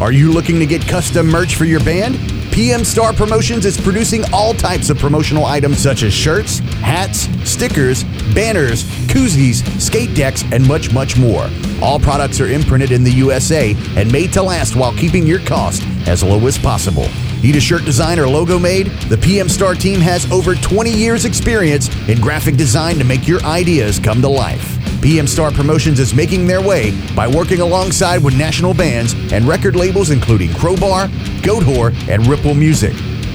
Are you looking to get custom merch for your band? PM Star Promotions is producing all types of promotional items such as shirts, hats, stickers, banners, koozies, skate decks, and much, much more. All products are imprinted in the USA and made to last while keeping your cost as low as possible. Need a shirt design or logo made? The PM Star team has over 20 years' experience in graphic design to make your ideas come to life. PM Star Promotions is making their way by working alongside with national bands and record labels including Crowbar, Goat Whore, and Ripple Music.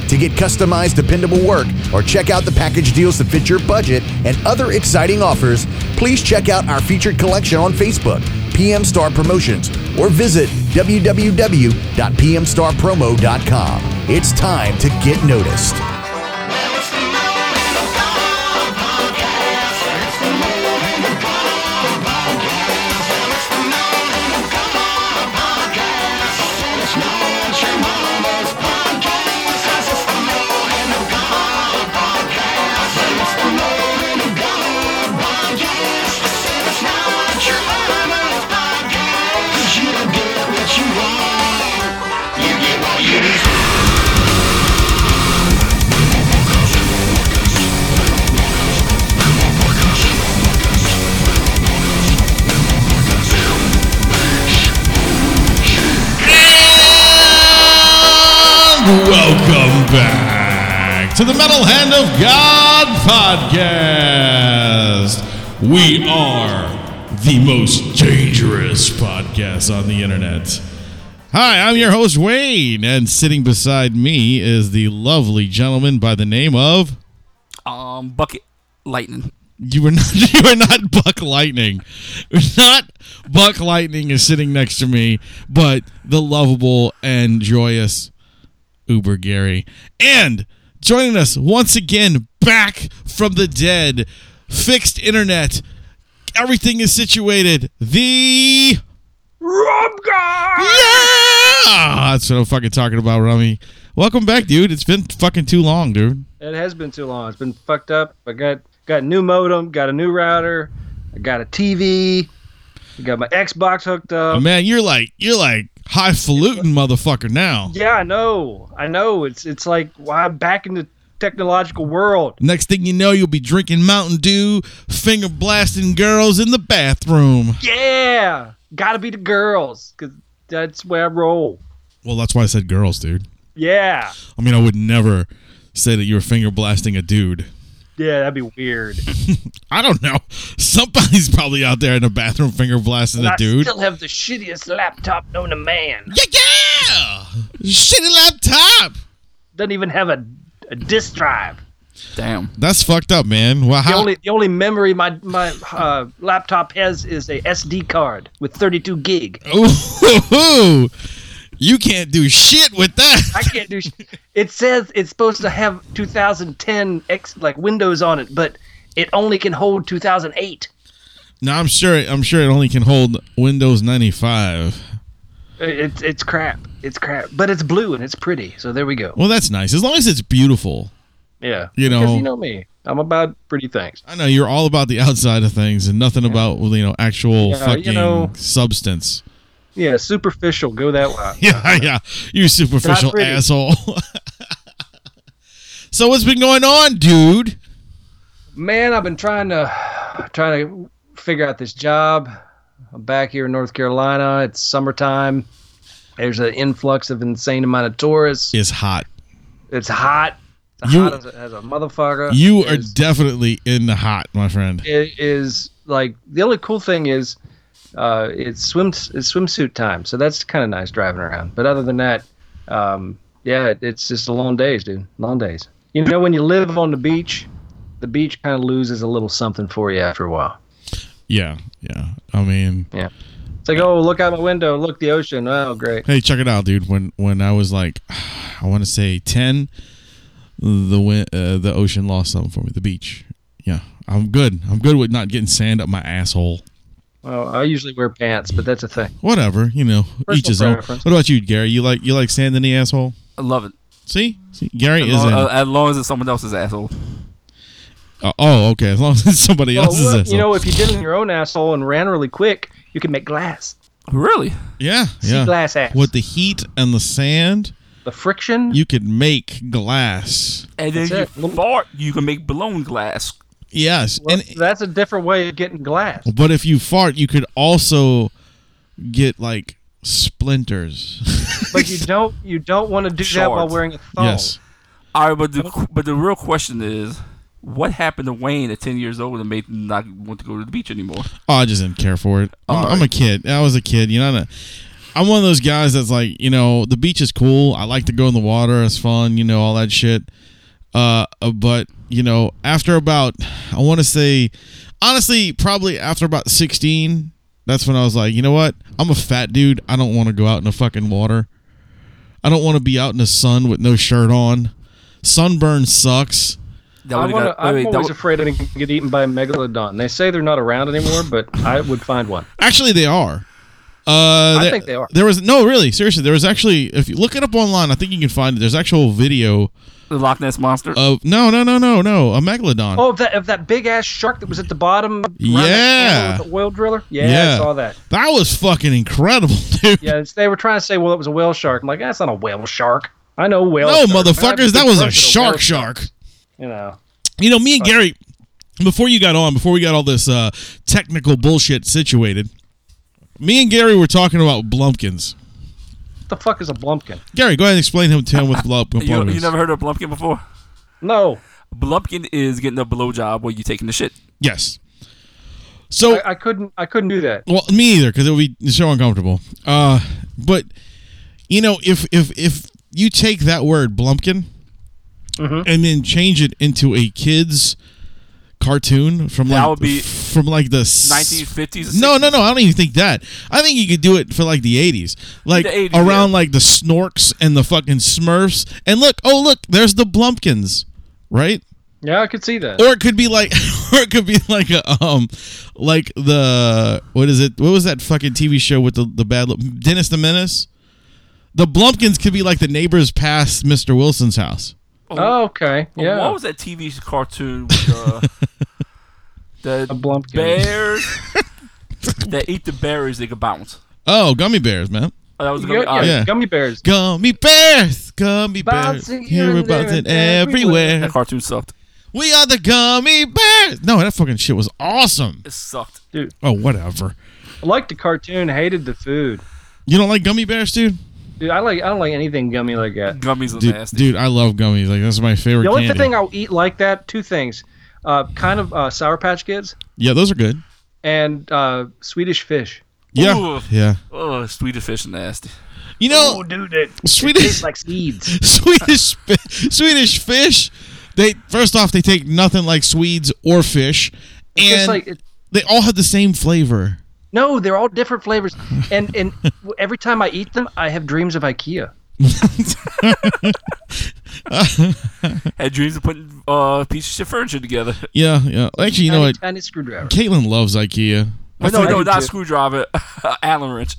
To get customized, dependable work or check out the package deals that fit your budget and other exciting offers, please check out our featured collection on Facebook, PM Star Promotions, or visit www.pmstarpromo.com. It's time to get noticed. Welcome back to the Metal Hand of God podcast. We are the most dangerous podcast on the internet. Hi, I'm your host, Wayne, and sitting beside me is the lovely gentleman by the name of. Um, bucket lightning. You were not. You were not Buck Lightning. Not Buck Lightning is sitting next to me, but the lovable and joyous Uber Gary, and joining us once again back from the dead, fixed internet. Everything is situated. The Rob Yeah, that's what I'm fucking talking about, Rummy. Welcome back, dude. It's been fucking too long, dude. It has been too long. It's been fucked up. I got got new modem, got a new router, I got a TV, I got my Xbox hooked up. Man, you're like you're like highfalutin motherfucker now. yeah, I know. I know. It's it's like why I'm back in the technological world. Next thing you know, you'll be drinking Mountain Dew, finger blasting girls in the bathroom. Yeah, gotta be the girls because that's where I roll. Well, that's why I said girls, dude. Yeah, I mean, I would never say that you were finger blasting a dude. yeah, that'd be weird. I don't know. Somebody's probably out there in the bathroom finger blasting a I dude. still have the shittiest laptop known to man. Yeah, yeah. Shitty laptop. Doesn't even have a, a disk drive. Damn. That's fucked up, man. Well, The how? only the only memory my my uh, laptop has is a SD card with 32 gig. Ooh, you can't do shit with that. I can't do. Sh- it says it's supposed to have 2010 X like Windows on it, but it only can hold 2008. No, I'm sure. I'm sure it only can hold Windows 95. It's it's crap. It's crap. But it's blue and it's pretty. So there we go. Well, that's nice. As long as it's beautiful. Yeah. You know- Because you know me. I'm about pretty things. I know you're all about the outside of things and nothing about you know actual Yeah, you fucking know- substance. Yeah. Superficial. Go that way. Yeah, yeah. You superficial pretty. asshole. so what's been going on, dude? Man, I've been trying to trying to figure out this job. I'm back here in North Carolina. It's summertime. There's an influx of insane amount of tourists. It's hot. It's hot. It's You- hot as a, as a motherfucker. You are It's- definitely in the hot, my friend. it is like the only cool thing is uh, it's swim it's swimsuit time, so that's kind of nice driving around. But other than that, um, yeah, it, it's just the long days, dude. Long days. You know, when you live on the beach, the beach kind of loses a little something for you after a while. Yeah, yeah. I mean, Yeah, it's like, oh, look out my window, look the ocean. Oh, great. hey, check it out, dude. When when I was like, I want to say ten, the win- uh, the ocean lost something for me. The beach. Yeah, I'm good. I'm good with not getting sand up my asshole. Well, I usually wear pants, but that's a thing. Whatever, you know, each Personal his own. preference. What about you, Gary? You like you like sand in the asshole? I love it. See, See Gary As is long, in. uh, as long as it's someone else's asshole. Uh, oh, okay. As long as it's somebody Well, else's look, asshole. you know, if you did it in your own asshole and ran really quick, you can make glass. Really? Yeah, Sea yeah. glass ass. With the heat and the sand, The friction. you could make glass. And then you That's it. fart, you can make balloon glass. Yes, Well, and that's a different way of getting glass. but if you fart, you could also get like splinters. But you don't you don't want to do that while Shards. wearing a thong. Yes. All right, but the but the real question is, what happened to Wayne at ten years old and made him not want to go to the beach anymore? Oh, I just didn't care for it. I'm, I'm a kid. I was a kid. You know, I'm, a, I'm one of those guys that's like, you know, the beach is cool. I like to go in the water. It's fun. You know, all that shit. Uh, uh, but you know, after about, I want to say, honestly, probably after about 16, that's when I was like, you know what? I'm a fat dude. I don't want to go out in the fucking water. I don't want to be out in the sun with no shirt on. Sunburn sucks. That I would've wanna, got- wait, I'm that always would- afraid I'm gonna get eaten by a megalodon. They say they're not around anymore, but I would find one. Actually, they are. Uh, I there- think they are. There was no really seriously. There was actually if you look it up online, I think you can find it. There's actual video the Loch Ness monster. of no, no, no, no, no, a megalodon. Oh, of that of that big ass shark that was at the bottom. around that Yeah. corner with the oil driller. Yeah, I saw that. That was fucking incredible, dude. Yeah, it's, they were trying to say, well, it was a whale shark. I'm like, that's not a whale shark. I know whale. no, shark. motherfuckers, I've that was a confronted shark whale- shark. You know. You know, me and Gary, before you got on, before we got all this uh, technical bullshit situated, me and Gary were talking about Blumpkins. What the fuck is a blumpkin? Gary, go ahead and explain him to him with blump- you, Blumpkins. you never heard of Blumpkin before? No, Blumpkin is getting a blowjob while you taking the shit. yes. So I, I couldn't. I couldn't do that. Well, me either, because it would be so uncomfortable. Uh, but you know, if if if you take that word Blumpkin Mm-hmm. and then change it into a kids cartoon from That like would be from like the s- 1950s. No, no, no! I don't even think that. I think you could do it for like the '80s, like The 80s, around yeah. like the Snorks and the fucking Smurfs. And look, oh look, there's the Blumpkins, right? Yeah, I could see that. or it could be like or it could be like a um like the what is it what was that fucking tv show with the, the bad li- dennis the menace the blumpkins could be like the neighbors past mr wilson's house Oh, okay. Yeah. What was that TV cartoon with uh, the, the A Blumpkin. bears that eat the berries they could bounce? oh gummy bears man Oh, that was You gonna be, got- all right. yeah. Gummy bears. gummy bears gummy bears Bouncing here we're here, there, bouncing and everywhere. everywhere That cartoon sucked. we are the gummy bears no that fucking shit was awesome It sucked. oh whatever I liked the cartoon. Hated the food. you don't like gummy bears dude Dude, I like. I don't like anything gummy like that. Gummies are dude, nasty. dude i love gummies like that's my favorite The only candy. thing I'll eat like that, two things, uh, kind of uh, sour patch kids yeah those are good and uh, Swedish fish. yeah Ooh. yeah Oh, sweeter fish are nasty. you know dude, it Swedish like seeds. Swedish fi- Swedish fish. They first off they take nothing like Swedes or fish, and It's like it, they all have the same flavor. no, they're all different flavors, and and every time I eat them, I have dreams of IKEA. Had dreams of putting uh, pieces of shit furniture together. Yeah, yeah. Actually, you know tiny, what? tiny screwdriver. Caitlin loves IKEA. Wait, no, what no, I not do. screwdriver. Allen wrench.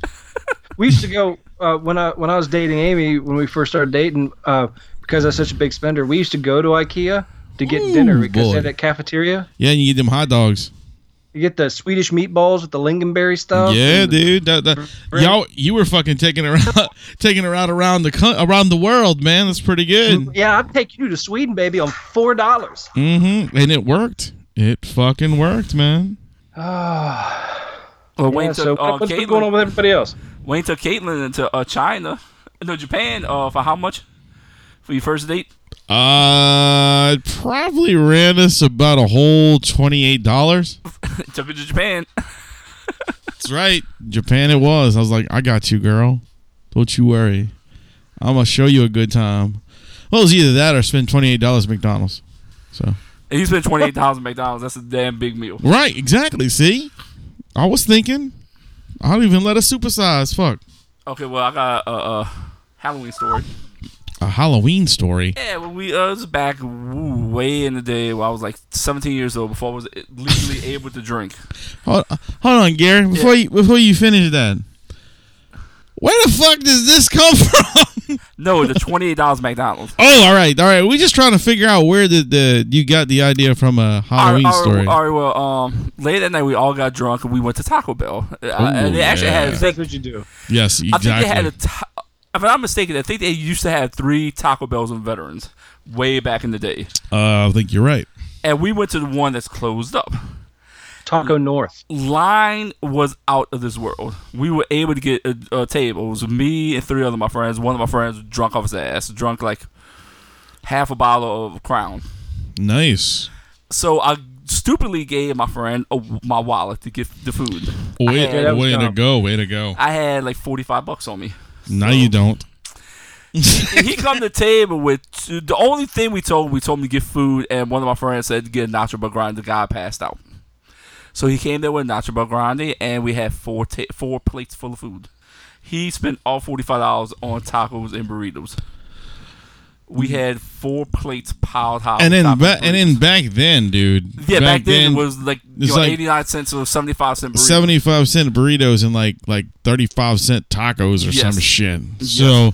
We used to go uh, when I when I was dating Amy when we first started dating uh, because I was such a big spender. We used to go to IKEA to get Ooh, dinner because boy. they had that cafeteria. Yeah, and you eat them hot dogs. You get the Swedish meatballs with the lingonberry stuff. yeah, and- dude. That, that, y'all, you were fucking taking around, taking around around the co- around the world, man. That's pretty good. Yeah, I'd take you to Sweden, baby, on four dollars. Mm-hmm. And it worked. It fucking worked, man. Well, Wayne Oh, Yeah, so took uh, what, what's been Caitlin- going on with everybody else? Wayne took Caitlin into uh, China, no Japan, uh, for how much? For your first date? Uh, it probably ran us about a whole twenty eight dollars. took her to Japan. That's right. Japan it was. I was like, I got you, girl. Don't you worry. I'm gonna show you a good time. Well, it was either that or spend twenty eight dollars at McDonald's. So And you spent twenty eight dollars at McDonald's. That's a damn big meal. Right, exactly. See? I was thinking. I don't even let a supersize fuck. Okay, well I got a, uh uh Halloween story. A Halloween story. Yeah, well, we uh, it was back w- way in the day when I was like seventeen years old before I was legally able to drink. Hold, hold on, Gary. Before you before you finish that. Where the fuck does this come from? No, the twenty eight dollars McDonald's. Oh, all right, all right. We're just trying to figure out where the, the you got the idea from a Halloween all right, story. All right, well, um, late at night we all got drunk and we went to Taco Bell, Uh, and they actually yeah. had. I think, what you do. Yes, I think they had exactly. a. Ta- if I'm not mistaken, I think they used to have three Taco Bells on veterans way back in the day, uh, I think you're right. and we went to the one that's closed up. Taco North. line was out of this world. We were able to get a, a table. It was me and three other my friends. One of my friends was drunk off his ass, drunk like half a bottle of Crown. Nice. So I stupidly gave my friend a, my wallet to get the food. Way, had- Yeah, that was way to dumb. go. Way to go. I had like forty five bucks on me. Now you don't. And he come to the table with two, the only thing we told him, we told him to get food, and one of my friends said to get a nacho bel grande. The guy passed out. So he came there with nacho bel grande, and we had four ta- four plates full of food. He spent all forty five dollars on tacos and burritos. We had four plates piled high. Mm-hmm. And on then top ba- of and then back then, dude. burritos. yeah, back, then, it was like, you it's know, like eighty nine cents or seventy five cent burritos. seventy five cent burritos and like like thirty five cent tacos or Yes. some shit. So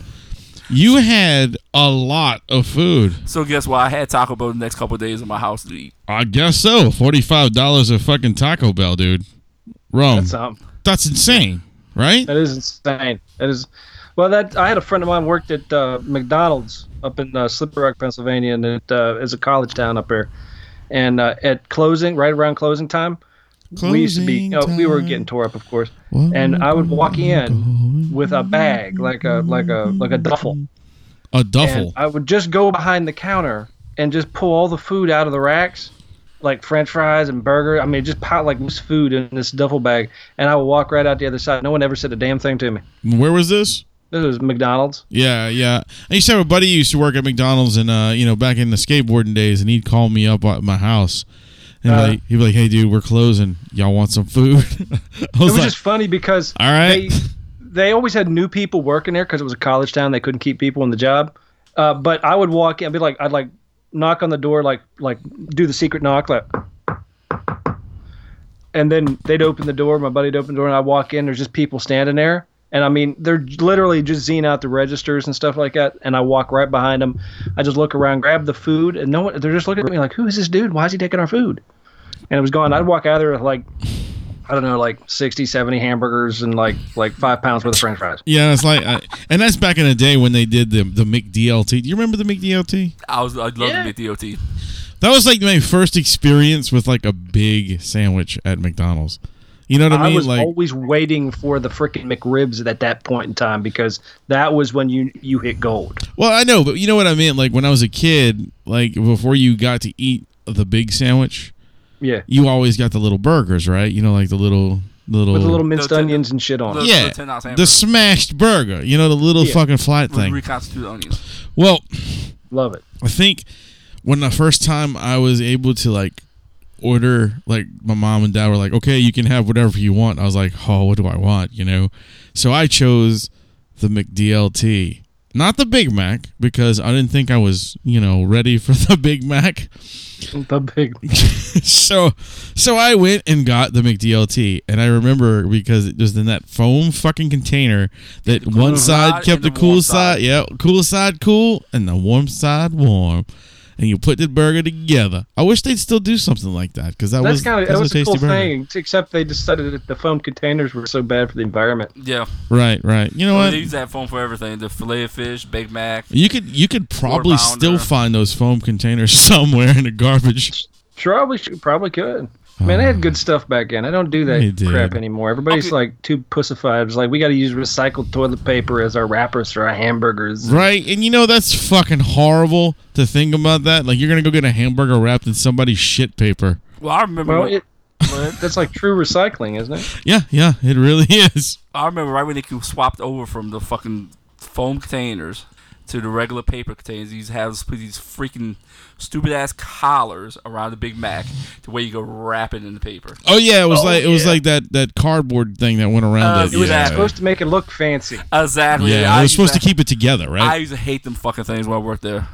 you had a lot of food. So guess what? I had Taco Bell the next couple of days in my house to eat. I guess so. Forty five dollars a fucking Taco Bell, dude. Wrong. That's That's, something. insane, right? That is insane. That is. Well, that I had a friend of mine worked at uh, McDonald's up in uh, Slippery Rock, Pennsylvania, and it uh, is a college town up there. And uh, at closing, right around closing time, we used to be. You know, we were getting tore up, of course. And I would walk in with a bag, like a like a like a duffel, a and duffel. I would just go behind the counter and just pull all the food out of the racks, like French fries and burger. I mean, just pile like this food in this duffel bag, and I would walk right out the other side. No one ever said a damn thing to me. Where was this? This was McDonald's. Yeah, yeah. I used to have a buddy who used to work at McDonald's, and uh, you know, back in the skateboarding days, and he'd call me up at my house, and Uh. like, he'd be like, "Hey, dude, we're closing. Y'all want some food?" I It was was like, just funny because All right. they they always had new people working there because it was a college town. They couldn't keep people in the job. Uh, but I would walk in, I'd be like, I'd like knock on the door, like like do the secret knock, like. And then they'd open the door. My buddy'd open the door, and I walk in. There's just people standing there, and I mean, they're literally just zine out the registers and stuff like that. And I walk right behind them. I just look around, grab the food, and no one. They're just looking at me like, "Who is this dude? Why is he taking our food?" And it was gone. I'd walk out of there with like I don't know, like 60, 70 hamburgers and like like five pounds worth of French fries. Yeah, it's like, I, and that's back in the day when they did the the McDLT. Do you remember the McDLT? I was I loved Yeah. the DOT. That was like my first experience with like a big sandwich at McDonald's. You know what I I mean? was like, always waiting for the freaking McRibs at that point in time because that was when you you hit gold. well, I know, but you know what I mean. Like when I was a kid, like before you got to eat the big sandwich, Yeah, you always got the little burgers, right? You know, like the little little with the little minced The- the- onions and shit on. the- it. yeah, the 10-ounce the hamburger. smashed burger. You know, the little Yeah. fucking flat thing. Reconstitute onions. Well, Love it. I think when the first time I was able to like order, like my mom and dad were like, "Okay, you can have whatever you want." I was like, "Oh, what do I want?" You know, so I chose the McDLT, not the Big Mac, because I didn't think I was, you know, ready for the Big Mac. The big so, so I went and got the McDLT, and I remember because it was in that foam fucking container that one side side kept and the the cool warm side, side. yeah, cool side cool, and the warm side warm. And you put the burger together. I wish they'd still do something like that because that that's was kind of that that was was a a tasty cool burger. thing. Except they decided that the foam containers were so bad for the environment. Yeah. Right, right. You know I mean, what? they use that foam for everything. The filet of fish, Big Mac. You could you could probably still pounder. find those foam containers somewhere in the garbage. Probably should, probably could. Man, they had good stuff back then. I don't do Oh. They that did. crap anymore. Everybody's Okay. like too pussified. It's like we got to use recycled toilet paper as our wrappers for our hamburgers. Right, and you know that's fucking horrible to think about that. Like you're gonna go get a hamburger wrapped in somebody's shit paper. Well, I remember. Well, when- it, when- that's like true recycling, isn't it? Yeah, yeah, it really is. I remember right when they swapped over from the fucking foam containers to the regular paper containers. These have these freaking stupid ass collars around the Big Mac, the way you go wrap it in the paper. Oh yeah, it was like it was yeah. like that that cardboard thing that went around Uh, it. it was yeah. Supposed to make it look fancy. Exactly. yeah, I it was used supposed to keep it together, I right? used to hate them fucking things when I worked there.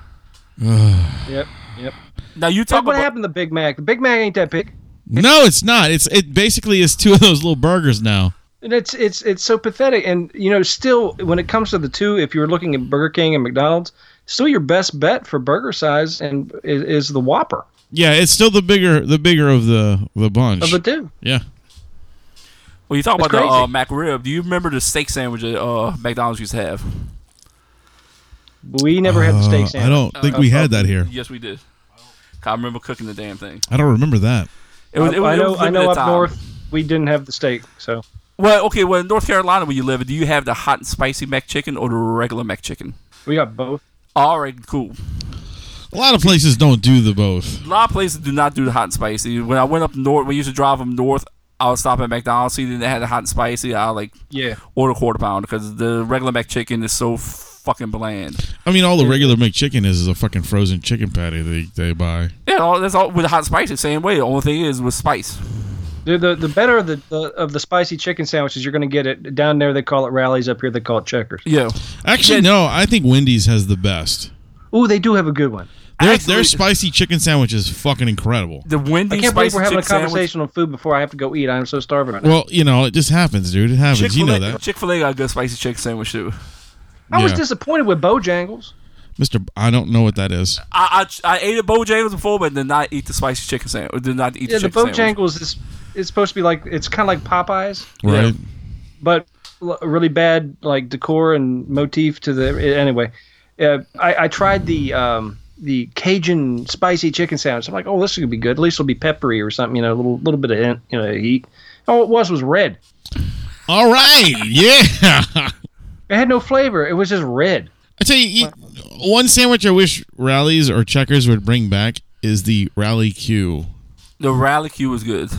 Yep, yep. Now you Talk talk what about happened to Big Mac. The Big Mac ain't that big. no, it's not. It's it basically is two of those little burgers now. And it's it's it's so pathetic. And you know, still when it comes to the two, if you're looking at Burger King and McDonald's, still your best bet for burger size and is, is the Whopper Yeah, it's still the bigger the bigger of the the bunch. of the two. yeah. Well, you talk That's about the uh, crazy. McRib. Do you remember the steak sandwich that uh, McDonald's used to have? We never had the Uh, steak sandwich. I don't think we uh, had that here. Yes, we did. I remember cooking the damn thing. I don't remember that. It was, it was, I it know was I know limited up time. north we didn't have the steak. So Well, okay. Well, in North Carolina, where you live, do you have the hot and spicy mac chicken or the regular mac chicken? we got both. All right, cool. A lot of places don't do the both. A lot of places do not do the hot and spicy. When I went up north, we used to drive up north. I would stop at McDonald's, see that they had the hot and spicy. I like Yeah. order a quarter pound because the regular mac chicken is so fucking bland. I mean, all the regular McChicken is is a fucking frozen chicken patty they they buy. Yeah, all, that's all with the hot and spicy. Same way. The only thing is with spice. The, the, the better the, the of the spicy chicken sandwiches you're going to get it down there they call it rallies up here they call it checkers. Yeah. Actually, no. I think Wendy's has the best. Ooh, they do have a good one. Their Actually- their spicy chicken sandwich is fucking incredible. The I Wendy's can't believe spicy we're having a chicken conversation on food before I have to go eat. I'm so starving right now. Well, you know, it just happens, dude. It happens. Chick You know Fil A. that, Chick Fil A got a good spicy chicken sandwich too. I was yeah. disappointed with Bojangles. Mister. I don't know what that is. I, I, I ate a Bojangles before, but did not eat the spicy chicken sandwich. Did not eat Yeah, the the chicken sandwich. Bojangles is it's supposed to be like it's kind of like Popeyes, Yeah. Right? but l- really bad like decor and motif to the anyway. Uh, I, I tried the um, the Cajun spicy chicken sandwich. I'm like, oh, this is gonna be good. At least it'll be peppery or something. You know, a little little bit of you know heat. All it was was red. All right. Yeah. It had no flavor. It was just red. I tell you, you, one sandwich I wish rallies or checkers would bring back is the rally Q. The rally Q was good.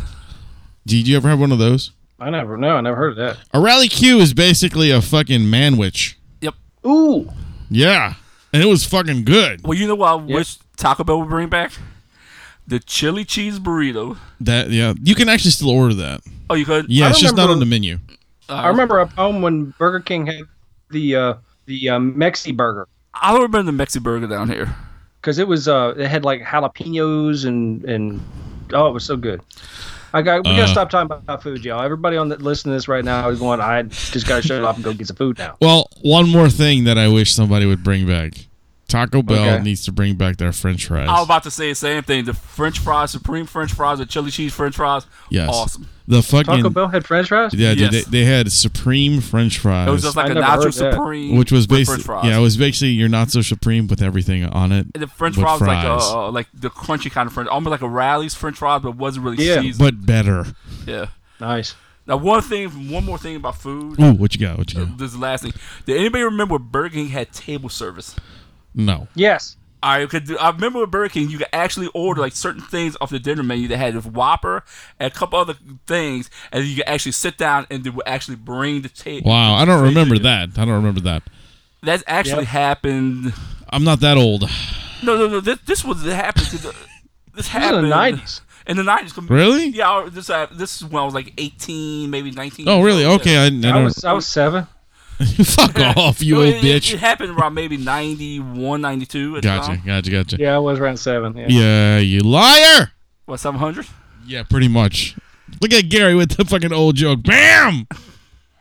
Did you ever have one of those? I never know. I never heard of that. A rally Q is basically a fucking manwich. Yep. Ooh, Yeah, and it was fucking good. Well, you know what I wish Taco Bell would bring back? The chili cheese burrito. That yeah, you can actually still order that. Oh, you could? Yeah, I it's just not remember- on the menu. I remember up home when Burger King had the uh, the uh, Mexi burger. I don't remember the Mexi burger down here. because it was uh it had like jalapenos and and oh it was so good i got we Uh. gotta stop talking about food y'all everybody on that listening to this right now is going i just gotta shut up and go get some food now Well, one more thing that I wish somebody would bring back. Taco Bell Okay. needs to bring back their French fries. I was about to say the same thing. The French fries, supreme French fries, the chili cheese French fries. yes, Awesome. The taco fucking bell had french fries yeah, dude, Yes. they, they had supreme French fries. It was just like I a never nacho heard that. supreme, which was with basically French fries. yeah, it was basically you're not so supreme with everything on it. And the French with fries, was like fries. uh, like the crunchy kind of French, almost like a Rally's French fries, but wasn't really Yeah. seasoned. but better. Yeah. nice Now, one thing, one more thing about food. Ooh, what you got? What you got? This is the last thing. Did anybody remember when Burger King had table service? No. yes All right, because I remember with Burger King, you could actually order like certain things off the dinner menu. They had a Whopper and a couple other things, and you could actually sit down and they would actually bring the table. Wow, I don't remember that. I don't remember that. That's actually Yep. happened. I'm not that old. No, no, no. This, this was it happened. To the, this happened in the 90s In the nineties. Really? Yeah. I- This uh, this is when I was like eighteen, maybe nineteen. Oh, really? Yeah. Okay, I, I i don't. was i was seven fuck off, you No, old it, it- It, bitch. happened around maybe 91, 92 at the Gotcha, time. gotcha, gotcha. yeah i was around seven yeah, Yeah, you liar. What seven hundred? Yeah, pretty much. Look at Gary with the fucking old joke. Bam!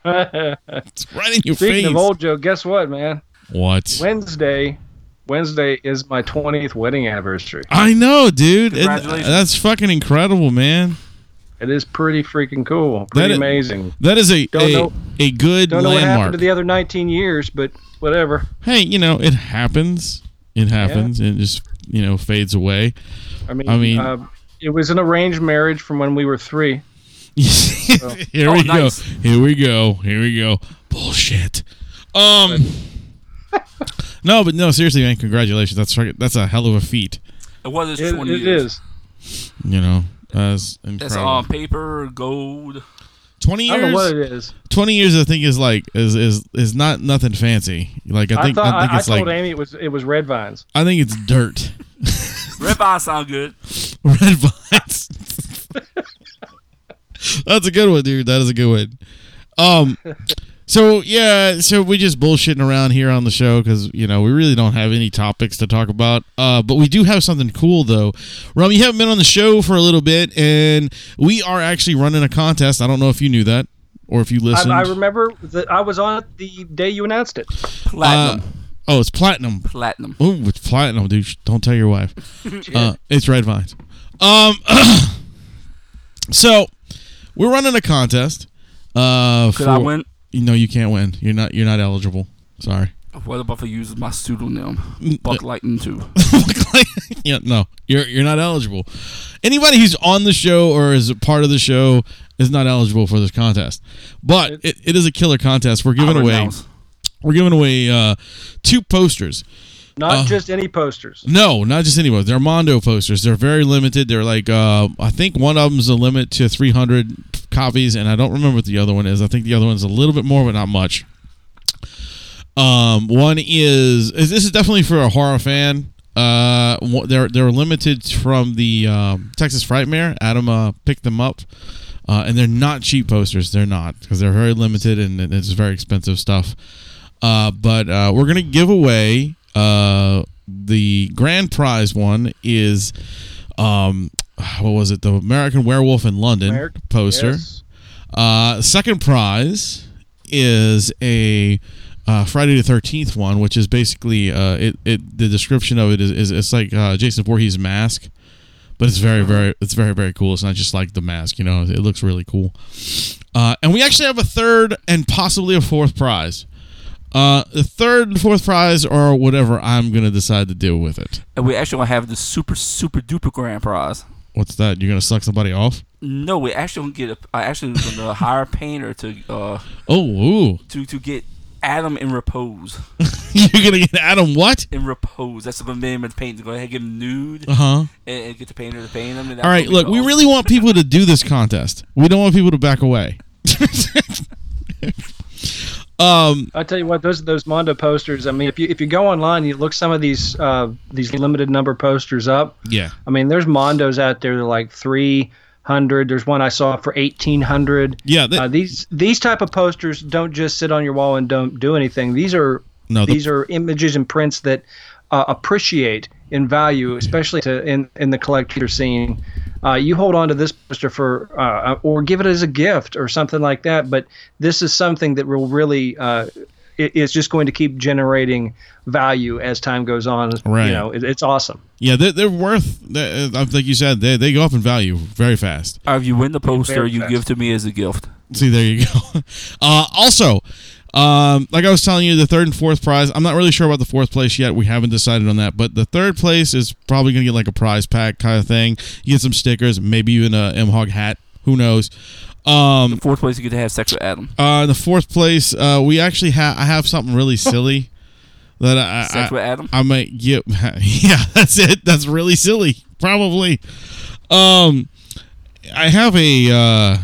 it's right in your speaking face. of old joe guess what man what? wednesday wednesday is my 20th wedding anniversary I know, dude. It- Congratulations. that's fucking incredible, man. it is pretty freaking cool That pretty is- amazing That is a Don't a, know- a good don't know what happened landmark. to the other 19 years but whatever hey, you know, it happens. It happens. and It just you know fades away. I mean, I mean- uh, it was an arranged marriage from when we were three. Here Oh, we nice. go. Here we go. Here we go. Bullshit. Um. no, but no, seriously, man. Congratulations. That's fucking- that's a hell of a feat. It was It, twenty it years. is. You know, that's That's incredible. on paper, gold. twenty I don't know what years. it is. Twenty years, I think, is like is is is not nothing fancy. Like I I think I, thought I, think I, it's told like Amy it was it was red vines. I think it's dirt. Red vines sound good. Red vines. That's a good one, dude. That is a good one. Um, so yeah, so we just bullshitting around here on the show because you know we really don't have any topics to talk about. Uh, but we do have something cool though. Rum, you haven't been on the show for a little bit, and we are actually running a contest. I don't know if you knew that. or if you I, listened. I remember that I was on it the day you announced it. Uh, Platinum. oh, it's platinum. Platinum. Ooh, it's platinum, dude. Shh, Don't tell your wife. Uh, it's red vines. Um, so we're running a contest. Uh, Could I win? No, you can't win. You're not. You're not eligible. Sorry. What if I uses my pseudonym? Mm, uh, Buck Lightning 2. yeah, no, you're you're not eligible. Anybody who's on the show or is a part of the show is not eligible for this contest. But it, it is a killer contest. We're giving I away renounce. we're giving away uh, two posters. Uh, Not just any posters. No, not just any posters. They're Mondo posters. They're very limited. They're like uh, I think one of them's a limit to 300 copies, and I don't remember what the other one is. I think the other one's a little bit more, but not much. Um, one is is- this is definitely for a horror fan. Uh, wha- they're they're limited from the um, Texas Frightmare. Adam uh, picked them up, uh, and they're not cheap posters. They're not because they're very limited and it- it's very expensive stuff. Uh, but uh, we're gonna give away uh, the grand prize. One is um, what was it? The American Werewolf in London Merrick. poster. Yes. Uh, second prize is a uh, Friday the Thirteenth one, which is basically uh, it, it. The description of it is, is it's like uh, Jason Voorhees' mask, but it's very very it's very very cool. It's not just like the mask, you know. It looks really cool. Uh, and we actually have a third and possibly a fourth prize. Uh, the third and fourth prize are whatever I'm gonna decide to do with it. And we actually gonna have the super super duper grand prize. What's that? You're gonna suck somebody off? No, we actually gonna get a. I actually was gonna hire a painter to uh Oh, ooh. to to get Adam in repose. you're gonna get Adam what? In repose. That's the name of the painting. Go ahead, give him nude Uh huh. and, and get the painter to paint him. And All right, look, we really want people to do this contest. We don't want people to back away. um, I tell you what, those those Mondo posters. I mean, if you if you go online, you look some of these uh, these limited number posters up. yeah, I mean, there's Mondos out there. They're like three hundred. There's one I saw for eighteen hundred. yeah. They, Uh, these these type of posters don't just sit on your wall and don't do anything. These are No, the- these are images and prints that uh, appreciate in value, especially to in in the collector scene. Uh, you hold on to this poster for uh, or give it as a gift or something like that. But this is something that will really. Uh, i- is just going to keep generating value as time goes on. Right. You know, it, it's awesome. yeah, they're, they're worth. They're, uh, like you said, they they go up in value very fast. Uh, if you win the poster, Very you fast. give to me as a gift. See, there you go. Uh, also, um, like I was telling you, the third and fourth prize. I'm not really sure about the fourth place yet. We haven't decided on that. But the third place is probably going to get like a prize pack kind of thing. You get some stickers, maybe even a M Hog hat. Who knows? Um, Fourth place, you get to have sex with Adam. Uh, in the fourth place, uh, we actually have. I have something really silly that I I, Sex with Adam? I might get. Yeah, that's it. That's really silly. Probably. Um, I have a uh,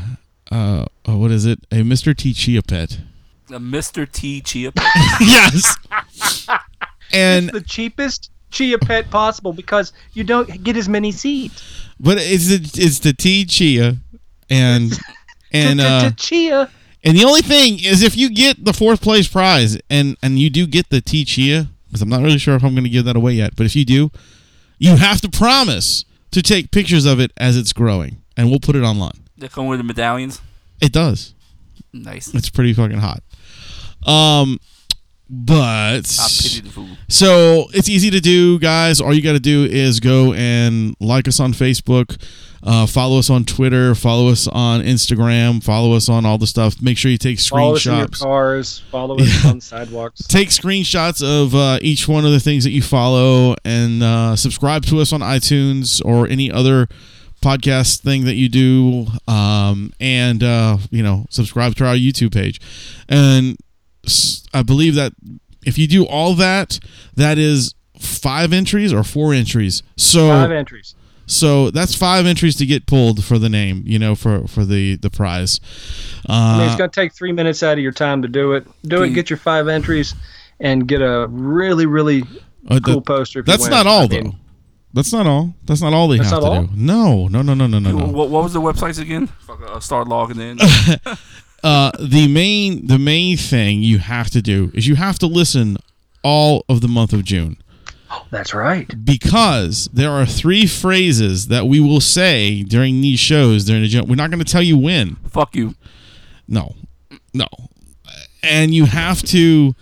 uh, oh, what is it? A Mr. T Chia pet. Uh, Mr. T. Chia. uh, yes. And The cheapest chia pet possible because you don't get as many seeds. but it's the, it's the T Chia, and and uh, Chia. And the only thing is, if you get the fourth place prize, and and you do get the tea chia, because I'm not really sure if I'm going to give that away yet, but if you do, you have to promise to take pictures of it as it's growing, and we'll put it online. They come with the medallions. It does. Nice. It's pretty fucking hot. Um, but I pity the fool. so it's easy to do, guys. All you got to do is go and like us on Facebook, uh, follow us on Twitter, follow us on Instagram, follow us on all the stuff. Make sure you take Follow us in your screenshots. cars. Follow us on sidewalks. take screenshots of uh, each one of the things that you follow and uh, subscribe to us on iTunes or any other podcast thing that you do um, and uh, you know subscribe to our YouTube page and s- I believe that if you do all that that is five entries or four entries so Five entries. so that's five entries to get pulled for the name you know for for the the prize I mean, uh, it's going to take three minutes out of your time to do it. Do it. Dude. Get your five entries, and get a really, really uh, cool that- poster. If you That's win. not all I mean, though. That's not all. That's not all they That's have to not all? do. No, no, no, no, no, no, no. What, what was the websites again? Fuck, uh, start logging in. Uh, the main, the main thing you have to do is you have to listen all of the month of June That's right. because there are three phrases that we will say during these shows during the June. We're not going to tell you when. Fuck you. No, No. And you have to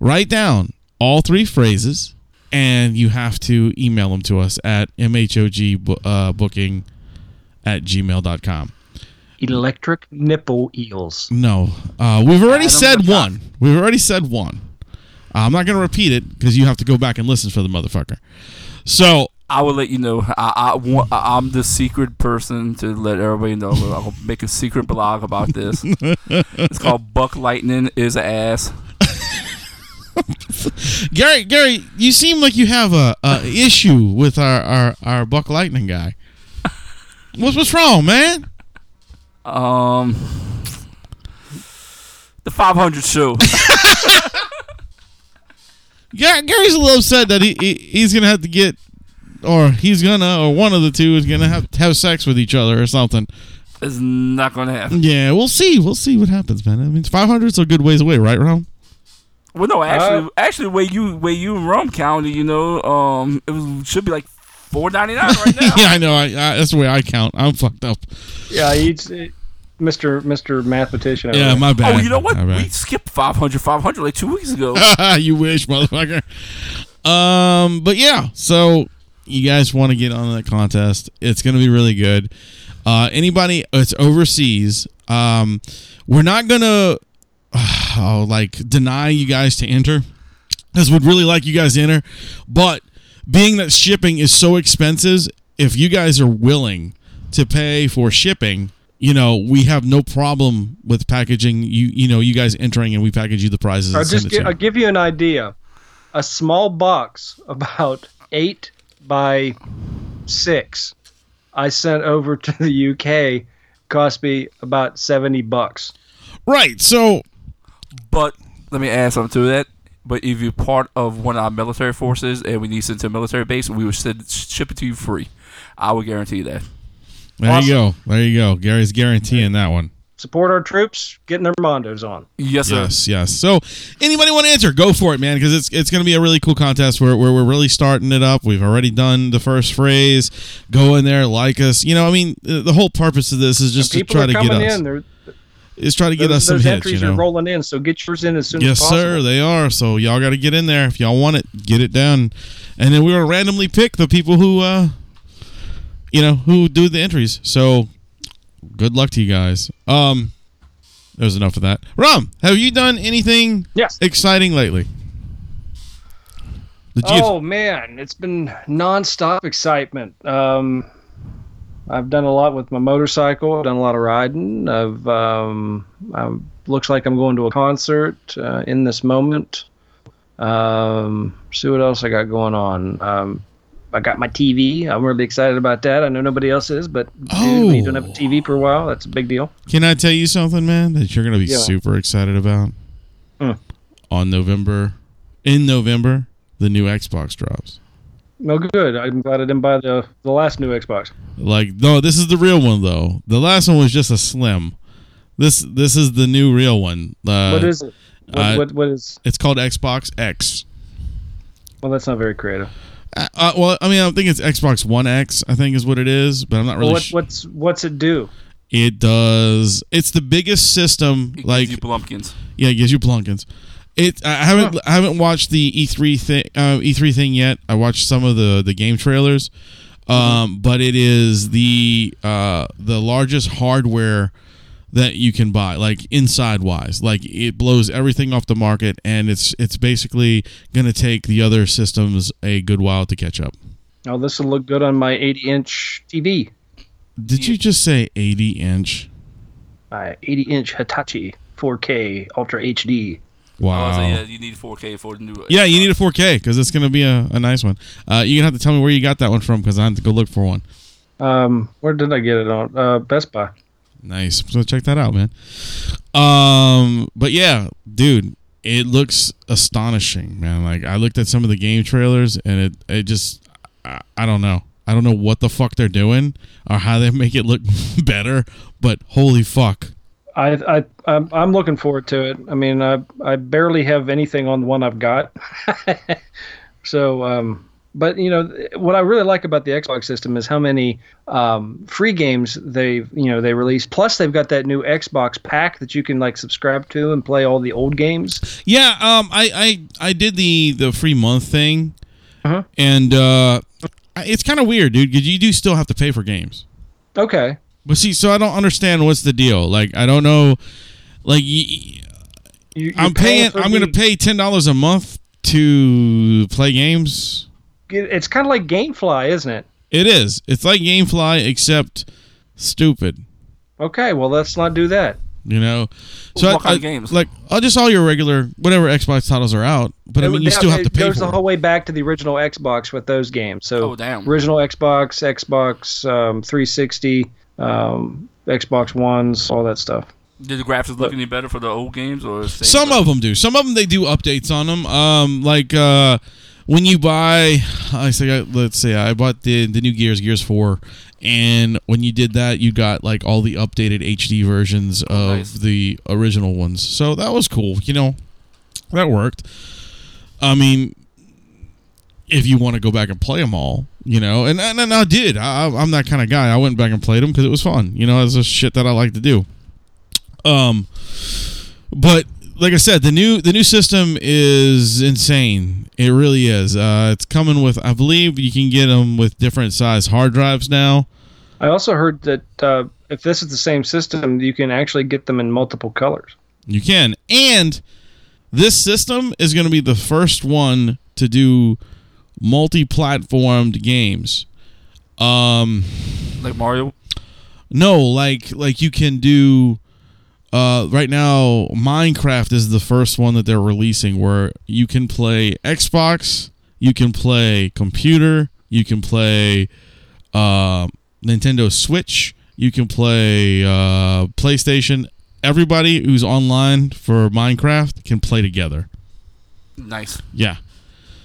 write down all three phrases and you have to email them to us at mhogbooking uh, booking at gmail.com. Electric nipple eels. No. Uh, we've already Adam said Rashad. one. We've already said one. Uh, I'm not going to repeat it because you have to go back and listen for the motherfucker. So I will let you know. I, I want, I- I'm the secret person to let everybody know. I'll make a secret blog about this. it's called Buck Lightning is ass. Gary, Gary, you seem like you have a, a issue with our, our, our Buck Lightning guy. What's what's wrong, man? Um, the 500 show. Ga- Gary's a little upset that he, he he's gonna have to get, or he's gonna, or one of the two is gonna have have sex with each other or something. it's not gonna happen. Yeah, we'll see. We'll see what happens, man. I mean, 500's a good ways away, right, Ron? Well, no, actually, actually, where you where you in Rome County, you know, um, it was, should be like 4.99 right now. yeah, I know. I, I that's the way I count. I'm fucked up. Yeah, he's uh, Mr. Mr. Mathematician. over Yeah, there. my bad. Oh, you know what? My bad. We skipped 500, 500 like two weeks ago. you wish, motherfucker. Um, but yeah, so you guys want to get on that contest? It's gonna be really good. Uh, anybody that's overseas, um, we're not gonna oh, like deny you guys to enter because we'd really like you guys to enter, but being that shipping is so expensive, if you guys are willing to pay for shipping, you know we have no problem with packaging you. You know you guys entering and we package you the prizes. and I'll send Uh, just it gi- to you. I'll give you an idea. A small box about eight by six, I sent over to the UK, cost me about seventy bucks. Right. So But let me add something to that. But if you're part of one of our military forces and we need you sent to a military base, we will send, ship it to you free. I will guarantee you that. there you go. There you go. Gary's guaranteeing that one. Support our troops, getting their mondos on. Yes, sir. Yes, yes. So, anybody want to enter? Go for it, man, because it's it's going to be a really cool contest where, where we're really starting it up. We've already done the first phrase. Go in there, like us. You know, I mean, the the whole purpose of this is just to People try are to get coming us in. They're, is try to get us those some those hits. You entries are know, rolling in, so get yours in as soon yes, as possible. sir, they are. So y'all got to get in there if y'all want it. Get it done, and then we're going to randomly pick the people who, uh you know, who do the entries. So, good luck to you guys. Um, there's enough of that. Rom, have you done anything Yes. exciting lately? Did you? Oh man, it's been nonstop excitement. Um, I've done a lot with my motorcycle. I've done a lot of riding. I've um, I looks like I'm going to a concert uh, in this moment. Um, see what else I got going on. Um, I got my TV. I'm really excited about that. I know nobody else is, but dude, when you don't have a Oh. TV for a while, that's a big deal. Can I tell you something, man, that you're going to be Yeah. super excited about? Hmm. On November, in November, the new Xbox drops. No good. I'm glad I didn't buy the the last new Xbox. Like no, this is the real one though. The last one was just a slim. This this is the new real one. Uh, What is it? What, I- what, what is? It's called Xbox X. Well, that's not very creative. Uh, uh, well, I mean, I think it's Xbox One X. I think is what it is, but I'm not really. Well, what, sh- what's what's it do? It does. It's the biggest system. It gives like uh, you Blumpkins. yeah, it gives you plunkins. It. I haven't. I haven't watched the E3 thing. Uh, E3 thing yet. I watched some of the the game trailers. Um, but it is the uh, the largest hardware that you can buy, like inside wise. Like it blows everything off the market, and it's it's basically gonna take the other systems a good while to catch up. Oh, this will look good on my 80 inch TV, Did you just say eighty inch? my 80 inch Hitachi 4K Ultra HD. Wow. Oh, so yeah, you need 4K for the new. uh, Yeah, you need a 4K because it's gonna be a, a nice one. Uh, you're gonna have to tell me where you got that one from because I have to go look for one. Um, where did I get it on? Uh, Best Buy. Nice. So check that out, man. Um, but yeah, dude, it looks astonishing, man. Like I looked at some of the game trailers, and it it just I, I don't know. I don't know what the fuck they're doing or how they make it look better, but holy fuck. I I I'm, I'm looking forward to it. I mean, I I barely have anything on the one I've got, so um, but you know th- what I really like about the Xbox system is how many um, free games they've you know they release. Plus they've got that new Xbox pack that you can like subscribe to and play all the old games. Yeah, um, I, I I did the the free month thing, and uh, I- it's kind of weird, dude. Because you do still have to pay for games. Okay, But see, so I don't understand what's the deal. Like, I don't know. Like, y- you, you're I'm paying. for I'm going to the- pay ten dollars a month to play games. it- It's kind of like GameFly, isn't it? It is. It's like GameFly, except stupid. Okay, well let's not do that. You know, What kind of games? like uh, just all your regular whatever Xbox titles are out, but I mean you That- still have to It pay goes for the it. whole way back to the original Xbox with those games. So Oh, damn. original Xbox, Xbox um, 360, um, Xbox Ones, all that stuff. Did the graphics look any better for the old games or same Some stuff? of them do. Some of them they do updates on them. Um, like uh, when you buy, I say, let's say I bought the the new Gears, Gears Four, and when you did that, you got like all the updated HD versions of nice. the original ones. So that was cool. You know, that worked. I mean, if you want to go back and play them all, you know, and and, and I did. I, I- I'm that kind of guy. I went back and played them because it was fun. You know, it's just shit that I like to do. Um, but like I said, the new the new system is insane. It really is. Uh, it's coming with, I believe, you can get them with different size hard drives now. I also heard that uh, if this is the same system, you can actually get them in multiple colors. You can, and this system is going to be the first one to do multi-platformed games. Um, like Mario. No, like like you can do uh right now Minecraft is the first one that they're releasing where you can play Xbox, you can play computer, you can play uh Nintendo Switch, you can play uh PlayStation. Everybody who's online for Minecraft can play together. Nice. Yeah.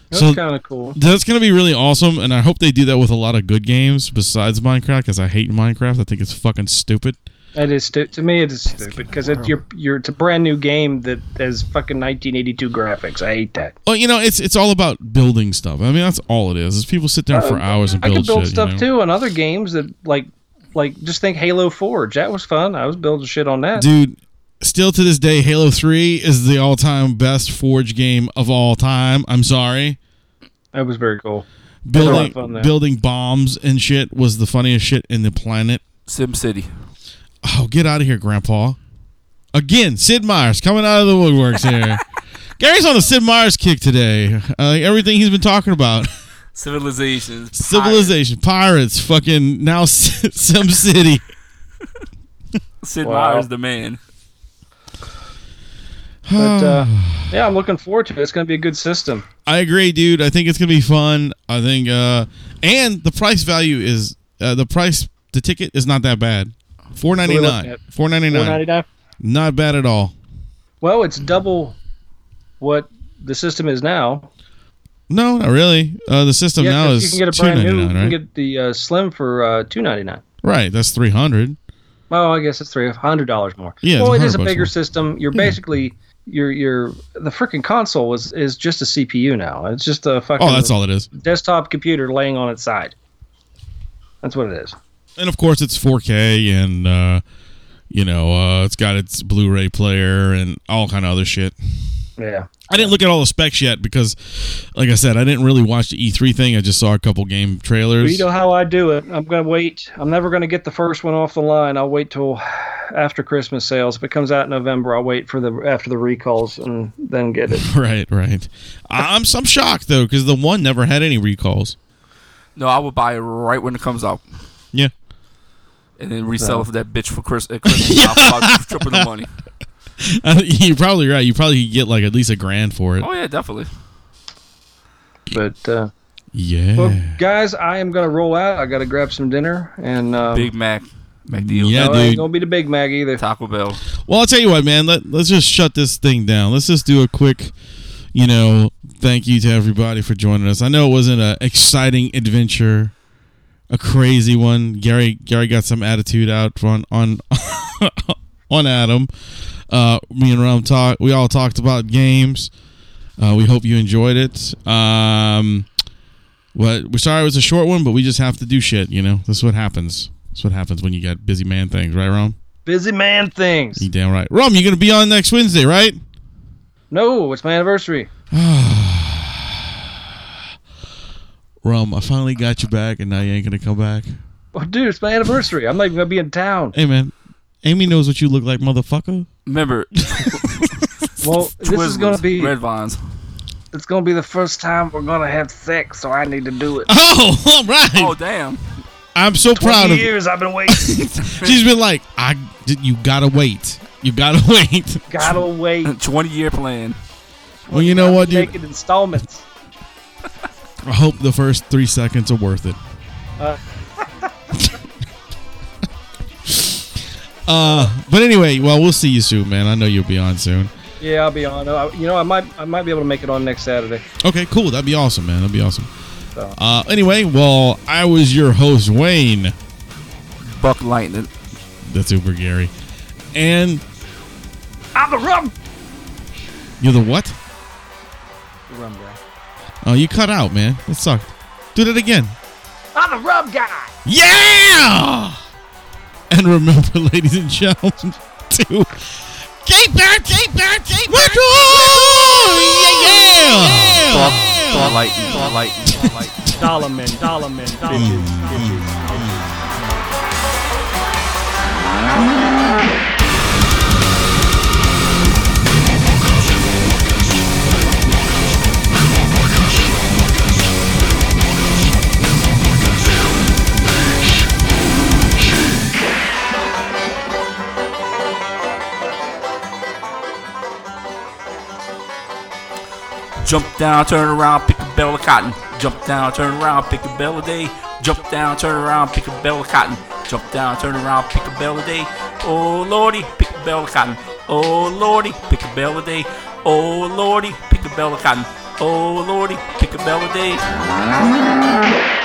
That's So- kind of cool. That's going to be really awesome, and I hope they do that with a lot of good games besides Minecraft, because I hate Minecraft. I think it's fucking stupid. That is stu- to me, it is stupid because it, you're you're it's a brand new game that has fucking 1982 graphics. I hate that. Well, you know, it's it's all about building stuff. I mean, that's all it is. Is people sit down for hours and Uh, I build, could build shit, stuff you know? too on other games that like like just think Halo Forge. That was fun. I was building shit on that. dude. Still to this day, Halo Three is the all-time best Forge game of all time. I'm sorry, That was very cool. a lot of fun building there. building bombs and shit was the funniest shit in the planet. Sim City. Oh, get out of here, Grandpa! Again, Sid Meier's coming out of the woodworks here. Gary's on the Sid Meier's kick today. Uh, everything he's been talking about. Civilizations. Civilization, pirates, fucking now Sim City. Sid Wow. Meier's the man. But uh, yeah, I'm looking forward to it. It's going to be a good system. I agree, dude. I think it's gonna be fun. I think, uh, and the price value is uh, the price. The ticket is not that bad. Four ninety What are we looking nine. at? Four ninety nine. 499. Not bad at all. Well, it's double what the system is now. No, not really. Uh, the system Yeah, now is 'cause you can get a two brand ninety new. You nine, can right? get the uh, Slim for uh, 299. right. That's three hundred. Well, I guess it's three hundred dollars more. Yeah, well, it's it is a $100 bigger more. system. You're basically you're you're the freaking console is is just a CPU now. It's just a fucking Oh, that's all it is. desktop computer laying on its side. That's what it is. And of course, it's four K, and uh, you know, uh, it's got its Blu Ray player and all kind of other shit. Yeah. I didn't look at all the specs yet because, like I said, I didn't really watch the E three thing. I just saw a couple game trailers. But you know how I do it. I'm gonna wait. I'm never gonna get the first one off the line. I'll wait till after Christmas sales. If it comes out in November, I'll wait for the after the recalls and then get it. Right, right. I- I'm I'm shocked though because the one never had any recalls. No, I would buy it right when it comes out Yeah, and then resell it for that bitch for Chris, at Christmas. I'll fuck triple the money. I think Uh, you're probably right. You probably could get like at least a grand for it. Oh yeah, definitely. But uh, Yeah, well, guys, I am gonna roll out. I gotta grab some dinner and um, Big Mac, McDeal, Yeah. no, it ain't dude. gonna be the Big Mac either. Taco Bell. Well, I'll tell you what, man. Let Let's just shut this thing down. Let's just do a quick, you know, thank you to everybody for joining us. I know it wasn't an exciting adventure, a crazy one. Gary Gary got some attitude out on on on Adam. Uh, me and Rum talk. We all talked about games. Uh, we hope you enjoyed it. Um, But we're sorry it was a short one, but we just have to do shit. You know, that's what happens. That's what happens when you got busy man things, right, Rom? Busy man things. You damn right. Rom, you're gonna be on next Wednesday, right? No, it's my anniversary. Rom, I finally got you back, and now you ain't gonna come back. Oh, dude, it's my anniversary. I'm not even gonna be in town. Hey, man, Amy knows what you look like, motherfucker. Remember, Well, this is gonna Twizzlers, be Red Vines. it's gonna be the first time we're gonna have sex, so I need to do it. Oh, all right. Oh damn! I'm so proud of you. years I've been waiting. She's been like, I, you gotta wait. You gotta wait. Gotta wait. Twenty year plan. Well, you know what, Take dude? it installments. I hope the first three seconds are worth it. Uh. Uh, but anyway, well, we'll see you soon, man. I know you'll be on soon. Yeah, I'll be on. I, you know, I might I might be able to make it on next Saturday. Okay, cool. That'd be awesome, man. That'd be awesome. So. Uh, anyway, well, I was your host, Wayne. Buck lightning. That's Uber Gary. And I'm the rum. you're the what? The rum guy. Oh, you cut out, man. That sucked. Do that again. I'm the rum guy. Yeah! And remember, ladies and gentlemen, to keep that, keep that, keep that. Yeah, yeah. Buck, buck lightning. Buck lightning. Buck lightning. Dollar men, dollar men, dollar men. Mm. Jump down, turn around, pick a bell of cotton. Jump down, turn around, pick a bell of day. Jump down, turn around, pick a bell of cotton. Jump down, turn around, pick a bell of day. Oh lordy, pick a bell of cotton. Oh lordy, pick a bell of day. Oh lordy, pick a bell of cotton. Oh lordy, pick a bell of day.